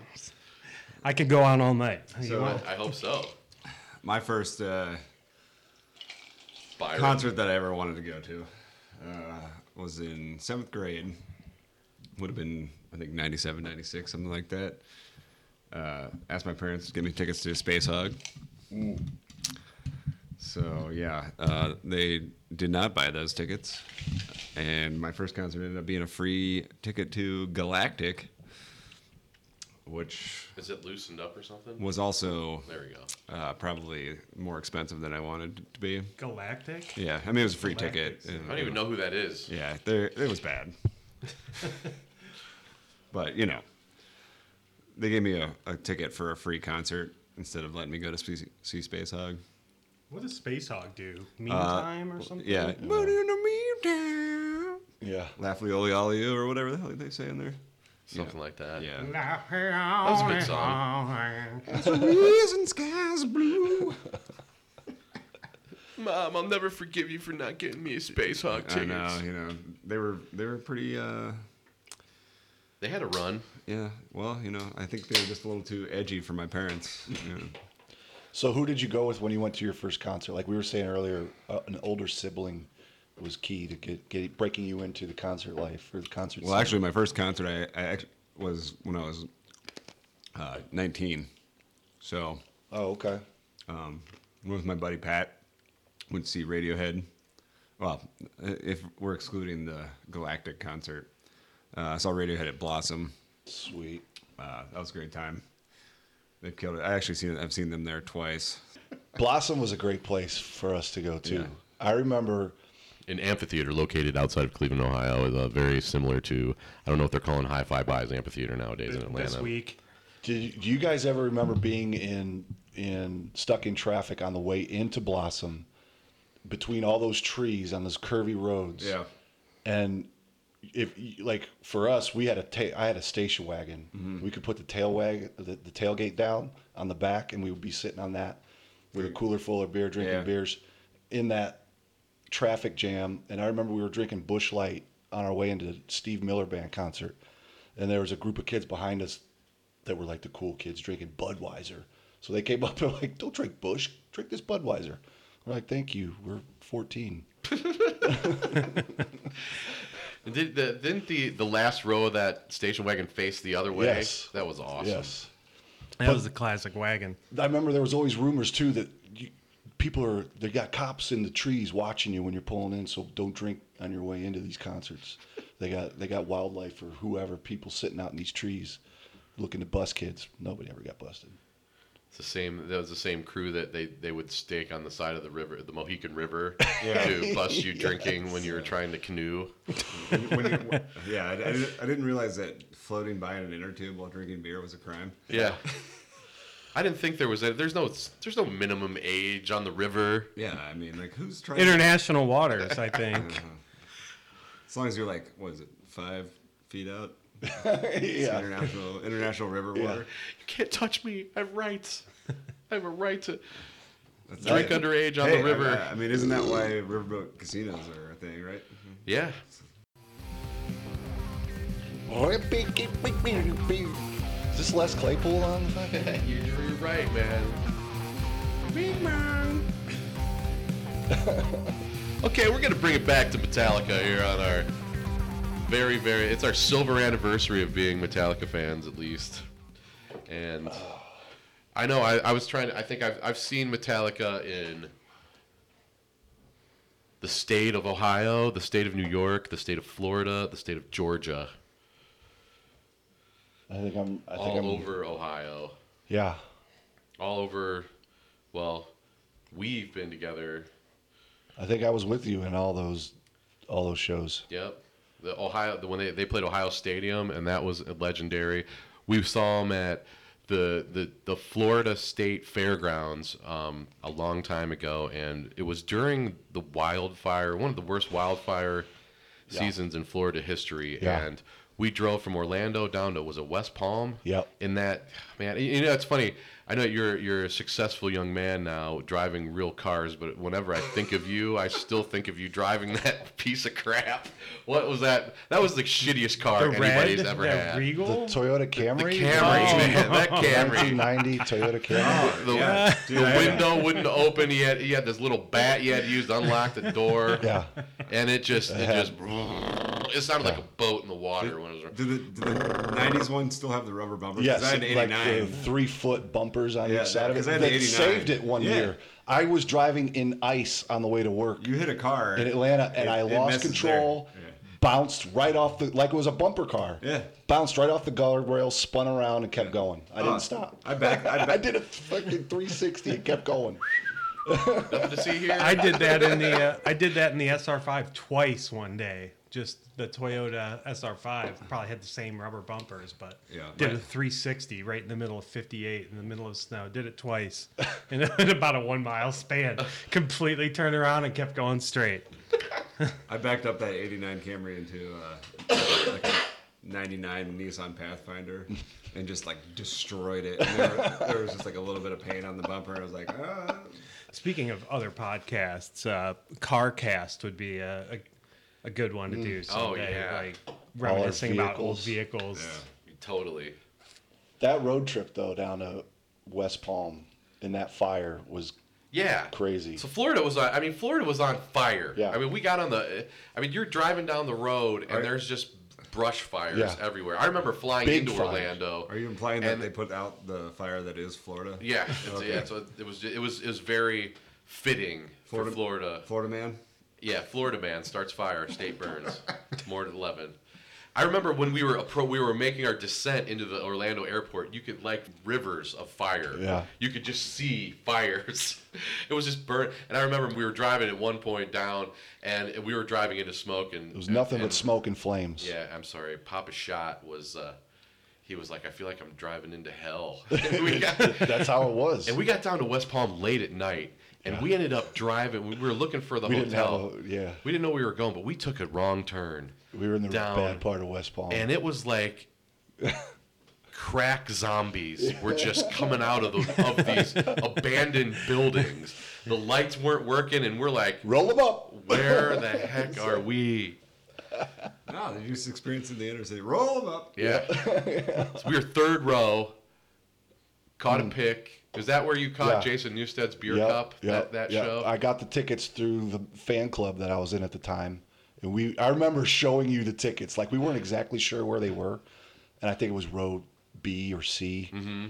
Speaker 3: I could go on all night. You
Speaker 7: So-
Speaker 3: want-
Speaker 2: I hope so.
Speaker 7: My first uh,
Speaker 2: Byron.
Speaker 7: concert that I ever wanted to go to uh, was in seventh grade. Would have been, I think, 97, 96, something like that. Uh, asked my parents to give me tickets to Space Hog. So, yeah, uh, they did not buy those tickets. And my first concert ended up being a free ticket to Galactic, which
Speaker 2: Is it loosened up or something?
Speaker 7: was also
Speaker 2: There we go.
Speaker 7: uh, probably more expensive than I wanted it to be.
Speaker 3: Galactic.
Speaker 7: Yeah, I mean it was a free
Speaker 3: Galactic
Speaker 7: ticket.
Speaker 2: I don't even know who that is.
Speaker 7: Yeah, there it was bad. but you know, they gave me a, a ticket for a free concert instead of letting me go to see, see Space Hog.
Speaker 3: What does Space Hog do?
Speaker 2: Uh,
Speaker 3: Meantime or something?
Speaker 7: Yeah, but in the meantime,
Speaker 1: Yeah.
Speaker 7: Laughly Oli Oli You or whatever the hell they say in there.
Speaker 2: Something like that.
Speaker 7: Yeah,
Speaker 3: That
Speaker 2: was a good song.
Speaker 7: reason skies blue.
Speaker 2: Mom, I'll never forgive you for not getting me a Space Hog
Speaker 7: I
Speaker 2: tickets.
Speaker 7: know, you know, they were they were pretty. uh
Speaker 2: They had a run.
Speaker 7: Yeah, well, you know, I think they were just a little too edgy for my parents. You know.
Speaker 1: So who did you go with when you went to your first concert? Like we were saying earlier, uh, an older sibling was key to get, get breaking you into the concert life or the concert.
Speaker 7: Well,
Speaker 1: scene.
Speaker 7: actually, my first concert I, I act- was when I was uh, 19. So
Speaker 1: Oh, okay.
Speaker 7: I went with my buddy Pat. Went to see Radiohead. Well, i- if we're excluding the Galactic concert, uh, I saw Radiohead at Blossom.
Speaker 1: Sweet.
Speaker 7: Uh, that was a great time. They killed it. I actually seen I've seen them there twice.
Speaker 1: Blossom was a great place for us to go to.
Speaker 7: Yeah.
Speaker 1: I remember
Speaker 2: An amphitheater located outside of Cleveland, Ohio, is uh, very similar to I don't know if they're calling High Five Buys Amphitheater nowadays in Atlanta.
Speaker 3: This week.
Speaker 1: Did you, do you guys ever remember being in in stuck in traffic on the way into Blossom between all those trees on those curvy roads? And if you- like for us, we had a ta- I had a station wagon.
Speaker 2: Mm-hmm.
Speaker 1: We could put the tail wag the, the tailgate down on the back, and we would be sitting on that with a cooler full of beer, drinking
Speaker 7: Yeah.
Speaker 1: beers in that traffic jam. And I remember we were drinking Bush Light on our way into the Steve Miller Band concert, and there was a group of kids behind us that were like the cool kids drinking Budweiser. So they came up and were like, "Don't drink Bush, drink this Budweiser." We're like, "Thank you, we're 14."
Speaker 2: Did the, didn't the, the last row of that station wagon face the other way?
Speaker 1: Yes.
Speaker 2: That was awesome.
Speaker 1: Yes.
Speaker 3: That was the classic wagon.
Speaker 1: I remember there was always rumors too that you, people are they got cops in the trees watching you when you're pulling in, so don't drink on your way into these concerts. They got they got wildlife or whoever people sitting out in these trees looking to bust kids. Nobody ever got busted.
Speaker 2: It's the same. That was the same crew that they, they would stake on the side of the river, the Mohican River, to bust you drinking when you were trying to canoe.
Speaker 7: When you- when- yeah, I, I didn't, I didn't realize that floating by in an inner tube while drinking beer was a crime.
Speaker 2: Yeah. I didn't think there was. A, there's no. There's no minimum age on the river.
Speaker 7: Yeah, I mean, like, who's trying? to
Speaker 3: International waters, I think.
Speaker 7: As long as you're like, what is it, five feet out? It's
Speaker 1: yeah.
Speaker 7: International international river water.
Speaker 2: You can't touch me. I have rights. I have a right to
Speaker 7: That's
Speaker 2: drink
Speaker 7: it.
Speaker 2: underage on
Speaker 7: Hey,
Speaker 2: the river.
Speaker 7: I, I mean, isn't that why riverboat casinos are a thing, right?
Speaker 2: Yeah.
Speaker 1: Is this Les Claypool on the fucking?
Speaker 2: You're, you're right, man. Big man. okay, we're gonna bring it back to Metallica here on our very, very. It's our silver anniversary of being Metallica fans, at least. And I know I, I was trying to. I think I've I've seen Metallica in the state of Ohio, the state of New York, the state of Florida, the state of Georgia,
Speaker 1: I think I'm. I think
Speaker 2: all
Speaker 1: I'm
Speaker 2: over Ohio.
Speaker 1: Yeah.
Speaker 2: all over. Well, we've been together.
Speaker 1: I think I was with you in all those, all those shows.
Speaker 2: Yep. The Ohio the, when they, they played Ohio Stadium and that was legendary. We saw them at the the, the Florida State Fairgrounds um, a long time ago, and it was during the wildfire, one of the worst wildfire seasons in Florida history,
Speaker 1: Yeah.
Speaker 2: and we drove from Orlando down to was it West Palm?
Speaker 1: Yep.
Speaker 2: In that man, you know it's funny. I know you're you're a successful young man now, driving real cars. But whenever I think of you, I still think of you driving that piece of crap. What was that? That was the shittiest car anybody's ever
Speaker 3: that
Speaker 2: had.
Speaker 1: The Oh.
Speaker 3: Regal.
Speaker 1: Toyota
Speaker 2: the
Speaker 1: Camry.
Speaker 2: Camry, Oh. man, that Camry.
Speaker 1: 1990 Toyota Camry.
Speaker 2: The, the window wouldn't open. He had he had this little bat he had used to unlock the door.
Speaker 1: Yeah.
Speaker 2: And it just it just it sounded like a boat in the water when it was.
Speaker 7: Did the, did the 90s one still have the rubber bumper? 'Cause
Speaker 1: Yes,
Speaker 7: I had an
Speaker 1: like the
Speaker 7: 89.
Speaker 1: three foot bumpers on
Speaker 7: Yeah,
Speaker 1: each side of it.
Speaker 7: 'cause I had
Speaker 1: That
Speaker 7: the 89.
Speaker 1: saved it one
Speaker 7: Yeah.
Speaker 1: year. I was driving in ice on the way to work
Speaker 7: you hit a car
Speaker 1: in Atlanta, and
Speaker 7: it-
Speaker 1: I
Speaker 7: it
Speaker 1: lost
Speaker 7: messes
Speaker 1: control.
Speaker 7: there. Yeah.
Speaker 1: Bounced right off the like it was a bumper car.
Speaker 7: Yeah.
Speaker 1: Bounced right off the guardrail, spun around, and kept going. I
Speaker 7: Oh,
Speaker 1: didn't stop.
Speaker 7: I back- I back-
Speaker 1: did a fucking 360 and kept going.
Speaker 2: Nothing to see here.
Speaker 3: I did that in the uh, I did that in the SR5 twice one day. Just the Toyota SR5 probably had the same rubber bumpers, but
Speaker 7: Yeah.
Speaker 3: did a
Speaker 7: Right.
Speaker 3: 360 right in the middle of 58 in the middle of snow. Did it twice in, in about a one mile span. Completely turned around and kept going straight.
Speaker 7: I backed up that 89 Camry into uh, like a 99 Nissan Pathfinder and just like destroyed it. And there, there was just like a little bit of paint on the bumper. And I was like, ah.
Speaker 3: Speaking of other podcasts, uh, CarCast would be a, a, a good one to
Speaker 7: Mm.
Speaker 3: do.
Speaker 7: Oh,
Speaker 3: Someday,
Speaker 2: yeah.
Speaker 3: like reminiscing about old vehicles.
Speaker 2: Totally.
Speaker 1: That road trip though down to West Palm in that fire was
Speaker 2: Yeah.
Speaker 1: Crazy.
Speaker 2: So Florida was on. I mean, Florida was on fire.
Speaker 1: Yeah.
Speaker 2: I mean, we got on the. I mean, you're driving down the road and
Speaker 7: Are-
Speaker 2: there's just brush fires
Speaker 1: Yeah.
Speaker 2: everywhere. I remember flying
Speaker 1: Big
Speaker 2: into
Speaker 1: fires.
Speaker 2: Orlando.
Speaker 7: Are you implying that
Speaker 2: And-
Speaker 7: they put out the fire that is Florida?
Speaker 2: Yeah. It's,
Speaker 7: Okay.
Speaker 2: yeah. So it was. It was. It was very fitting for Florida.
Speaker 7: Florida man?
Speaker 2: Yeah, Florida man starts fire, state burns. More than eleven. I remember when we were appro- we were making our descent into the Orlando airport. You could like rivers of fire.
Speaker 1: Yeah.
Speaker 2: You could just see fires. it was just burnt. And I remember we were driving at one point down, and we were driving into smoke, and
Speaker 1: it was nothing
Speaker 2: and-
Speaker 1: but smoke and flames.
Speaker 2: yeah, I'm sorry. Papa Shot was. Uh, he was like, I feel like I'm driving into hell. we got,
Speaker 1: That's how it was.
Speaker 2: and we got down to West Palm late at night, and we ended up driving. We were looking for the
Speaker 1: We didn't have
Speaker 2: hotel.
Speaker 1: a yeah.
Speaker 2: We didn't know where we were going, but we took a wrong turn.
Speaker 1: We were in the
Speaker 2: down,
Speaker 1: bad part of West Palm.
Speaker 2: And it was like crack zombies were just coming out of, the, of these abandoned buildings. The lights weren't working, and we're like,
Speaker 1: Roll them up.
Speaker 2: where the heck are we?
Speaker 7: No, they're just experiencing the interstate. Roll them up.
Speaker 2: Yeah. So we were third row, caught a pick. Is that where you caught
Speaker 1: Mm. Yeah.
Speaker 2: Jason Newsted's beer
Speaker 1: Yep,
Speaker 2: cup?
Speaker 1: yep,
Speaker 2: that that
Speaker 1: yep.
Speaker 2: show?
Speaker 1: I got the tickets through the fan club that I was in at the time, and we. I remember showing you the tickets. Like we weren't exactly sure where they were, and I think it was row B or C,
Speaker 2: Mm-hmm.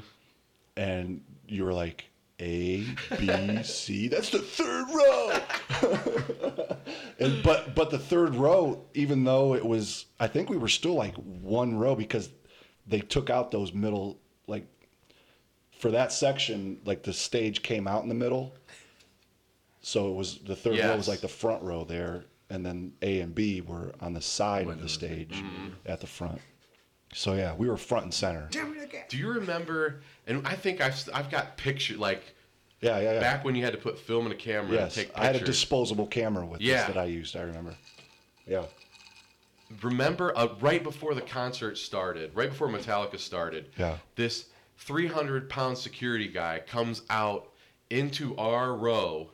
Speaker 1: and you were like. A, B, C. That's the third row.
Speaker 2: Mm.
Speaker 1: and but but the third row, even though it was, I think we were still like one row because they took out those middle like for that section, like the stage came out in the middle. So it was the third row
Speaker 2: Yes.
Speaker 1: was like the front row there, and then A and B were on the side of the stage
Speaker 2: Mm-hmm.
Speaker 1: at the front. So yeah, we were front and center. Yeah,
Speaker 2: Do you remember? And I think I've, I've got picture like
Speaker 1: yeah, yeah.
Speaker 2: back when you had to put film in a camera and
Speaker 1: yes,
Speaker 2: take pictures.
Speaker 1: I had a disposable camera with
Speaker 2: Yeah.
Speaker 1: this that I used. I remember. Yeah,
Speaker 2: remember uh, right before the concert started, right before Metallica started,
Speaker 1: Yeah.
Speaker 2: this 300 pound security guy comes out into our row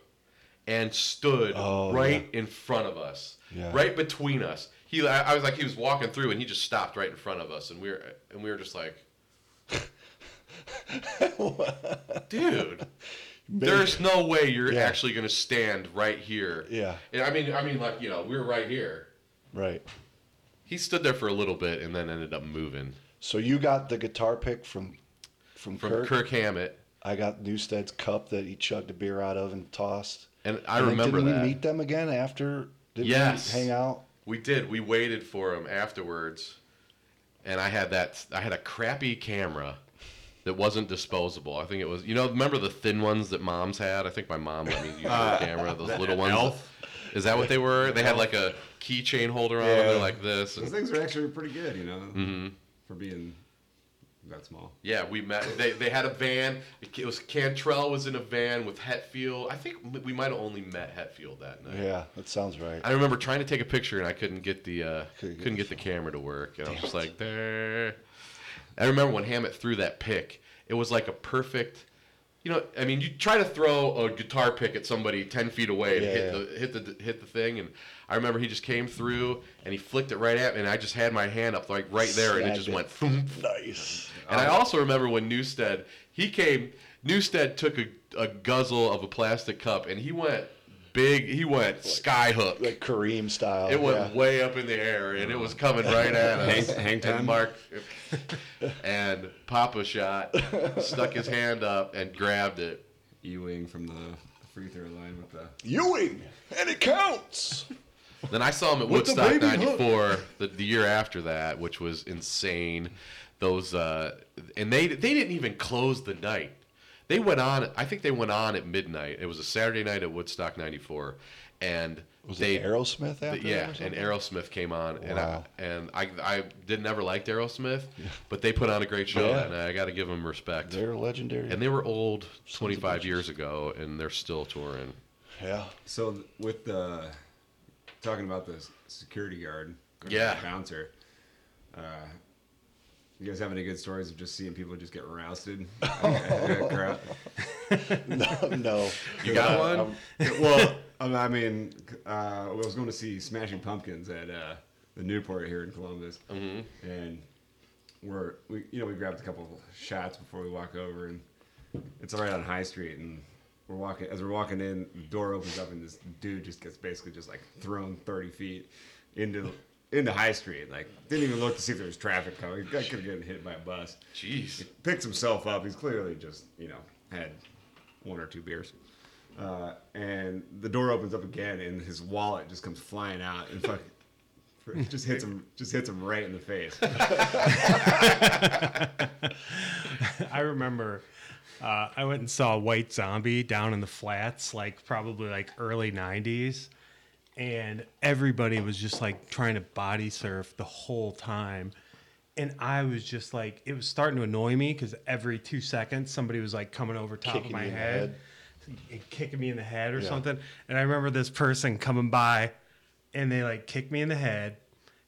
Speaker 2: and stood
Speaker 1: Oh,
Speaker 2: right in front of us,
Speaker 1: Yeah.
Speaker 2: right between us. He, I, I was like, he was walking through and he just stopped right in front of us. And we were, and we were just like, dude, there's no way you're
Speaker 1: Yeah.
Speaker 2: actually going to stand right here.
Speaker 1: Yeah.
Speaker 2: And I mean, I mean like, you know, we were right here.
Speaker 1: right.
Speaker 2: He stood there for a little bit and then ended up moving
Speaker 1: So you got the guitar pick from from,
Speaker 2: from
Speaker 1: Kirk.
Speaker 2: Kirk, Hammett.
Speaker 1: I got Newstead's cup that he chugged a beer out of and tossed.
Speaker 2: And I
Speaker 1: And then
Speaker 2: remember
Speaker 1: didn't
Speaker 2: that.
Speaker 1: we meet them again after? Did
Speaker 2: Yes.
Speaker 1: we hang out?
Speaker 2: We did. We waited for him afterwards, and I had that. I had a crappy camera that wasn't disposable. I think it was. You know, remember the thin ones that moms had? I think my mom let me use her camera. Those little ones.
Speaker 7: Ah, Elf?
Speaker 2: that- Is that what they were? They had like a keychain holder on them.
Speaker 7: Yeah.
Speaker 2: They're like this.
Speaker 7: Those
Speaker 2: and- Mm-hmm.
Speaker 7: things are actually pretty good, you know, for being that small.
Speaker 2: Yeah, we met. They, they had a van. It was Cantrell was in a van with Hetfield. I think m- we might have only met Hetfield that night.
Speaker 1: Yeah, that sounds right.
Speaker 2: I remember trying to take a picture and I couldn't get the uh,
Speaker 1: Couldn't
Speaker 2: couldn't,
Speaker 1: get
Speaker 2: get, the camera to work, and I was just like, there. I remember when Hammett threw that pick. It was like a perfect. You know, I mean, you try to throw a guitar pick at somebody ten feet away and
Speaker 1: Yeah,
Speaker 2: hit
Speaker 1: yeah.
Speaker 2: the hit the hit the thing, and I remember he just came through and he flicked it right at me, and I just had my hand up like right there, and
Speaker 1: Snagged
Speaker 2: it just
Speaker 1: it. Oh.
Speaker 2: went thump,
Speaker 1: Nice.
Speaker 2: and I also remember when Newstead he came. Newstead took a, a guzzle of a plastic cup and he went big. He went sky hook.
Speaker 1: Like Kareem style.
Speaker 2: it went
Speaker 1: Oh, yeah.
Speaker 2: way up in the air and it was coming right at us.
Speaker 7: Hang- hang time?
Speaker 2: And Mark and Papa shot stuck his hand up and grabbed it.
Speaker 7: Ewing from the free throw line with the
Speaker 1: Ewing, and it counts.
Speaker 2: Then I saw him at
Speaker 1: With the
Speaker 2: Woodstock
Speaker 1: baby hook.
Speaker 2: '94, the, the year after that, which was insane. Those uh, and they they didn't even close the night. They went on. I think they went on at midnight. It was a Saturday night at Woodstock '94, and
Speaker 1: Was
Speaker 2: they
Speaker 1: it Aerosmith after
Speaker 2: th- yeah,
Speaker 1: that or
Speaker 2: and
Speaker 1: something?
Speaker 2: Aerosmith came on,
Speaker 1: Wow.
Speaker 2: and I and I I did never liked Aerosmith, but they put on a great show
Speaker 1: Yeah.
Speaker 2: that night. I got to give them respect.
Speaker 1: They're legendary.
Speaker 2: and they were old
Speaker 1: of
Speaker 2: 25
Speaker 1: bitches.
Speaker 2: years ago, and they're still touring.
Speaker 1: yeah.
Speaker 7: So th- with the talking about the s- security guard, or
Speaker 2: Yeah.
Speaker 7: bouncer. Uh, you guys have any good stories of just seeing people just get rousted? at a crowd?
Speaker 1: No, no.
Speaker 2: You
Speaker 1: Um,
Speaker 2: got one?
Speaker 7: well, um, I mean, uh, I was going to see Smashing Pumpkins at uh, the Newport here in Columbus, and we're we you know we grabbed a couple of shots before we walk over, and it's right on High Street, and we're walking as we're walking in, the door opens up, and this dude just gets basically just like thrown thirty feet into into High Street, like didn't even look to see if there was traffic coming. Guy could have gotten hit by a bus.
Speaker 2: Jeez.
Speaker 7: Picks himself up. He's clearly just you know had one or two beers. Uh, and the door opens up again, and his wallet just comes flying out and fucking just hits him, just hits him right in the face.
Speaker 3: I remember uh, I went and saw White Zombie down in the flats, like probably like early 90s. And everybody was just like trying to body surf the whole time. And I was just like, it was starting to annoy me because every two seconds somebody was like coming over top
Speaker 1: Kicking
Speaker 3: of my
Speaker 1: you in the
Speaker 3: head, and kicking me in the head or something. And I remember this person coming by and they like kicked me in the head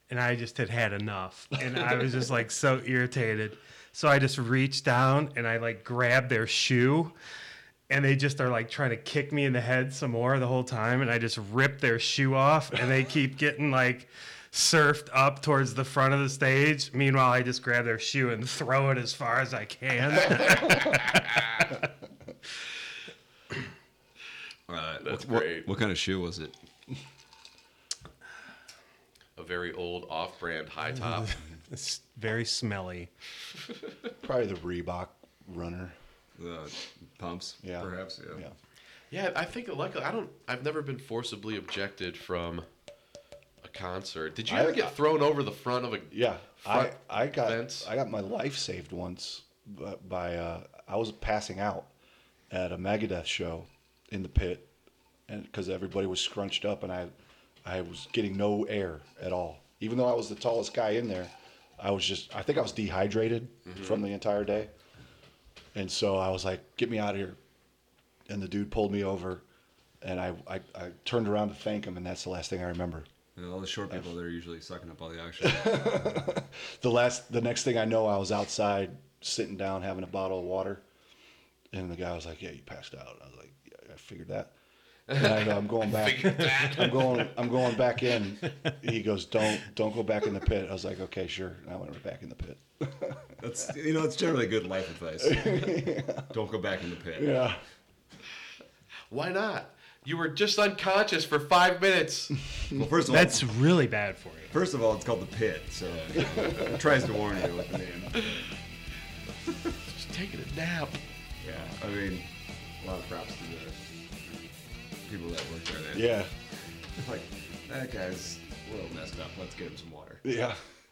Speaker 3: and I just had had enough. And I was just like so irritated. So I just reached down and I like grabbed their shoe and they just are like trying to kick me in the head some more the whole time. And I just rip their shoe off and they keep getting like surfed up towards the front of the stage. Meanwhile, I just grab their shoe and throw it as far as I can.
Speaker 2: That's
Speaker 7: what,
Speaker 2: great.
Speaker 7: what kind of shoe was it?
Speaker 2: A very old off-brand high top.
Speaker 3: it's very smelly.
Speaker 1: Probably the Reebok runner.
Speaker 7: The pumps,
Speaker 1: Yeah.
Speaker 7: perhaps. Yeah.
Speaker 1: Yeah.
Speaker 2: Yeah, I think luckily I don't. I've never been forcibly objected from a concert. Did you
Speaker 1: I-
Speaker 2: ever get thrown over the front of a?
Speaker 1: Yeah, I,
Speaker 2: front
Speaker 1: I got
Speaker 2: fence?
Speaker 1: I got my life saved once by, by uh, I was passing out at a Megadeth show in the pit, and because everybody was scrunched up and I I was getting no air at all. Even though I was the tallest guy in there, I was just I think I was dehydrated from the entire day, and so I was like, "Get me out of here!" And the dude pulled me over, and I I, I turned around to thank him, and that's the last thing I remember.
Speaker 7: And all the short people, they're usually sucking up all the action.
Speaker 1: the last the next thing I know, I was outside sitting down having a bottle of water, and the guy was like, "Yeah, you passed out." I was like, yeah, "I figured that." And I go, "I'm going back. I'm going. I'm going back in." He goes, "Don't don't go back in the pit." I was like, "Okay, sure." And I went right back in the pit.
Speaker 7: That's you know, it's generally good life advice. Don't go back in the pit.
Speaker 1: Yeah,
Speaker 2: Why not? You were just unconscious for five minutes.
Speaker 7: Well, first of all,
Speaker 3: That's really bad for you.
Speaker 7: first of all, it's called the pit, so it tries to warn you with the name.
Speaker 2: just taking a nap.
Speaker 7: Yeah, I mean, a lot of props to the people that work there. They-
Speaker 1: yeah,
Speaker 7: Like that guy's a little messed up. Let's get him some water.
Speaker 1: yeah.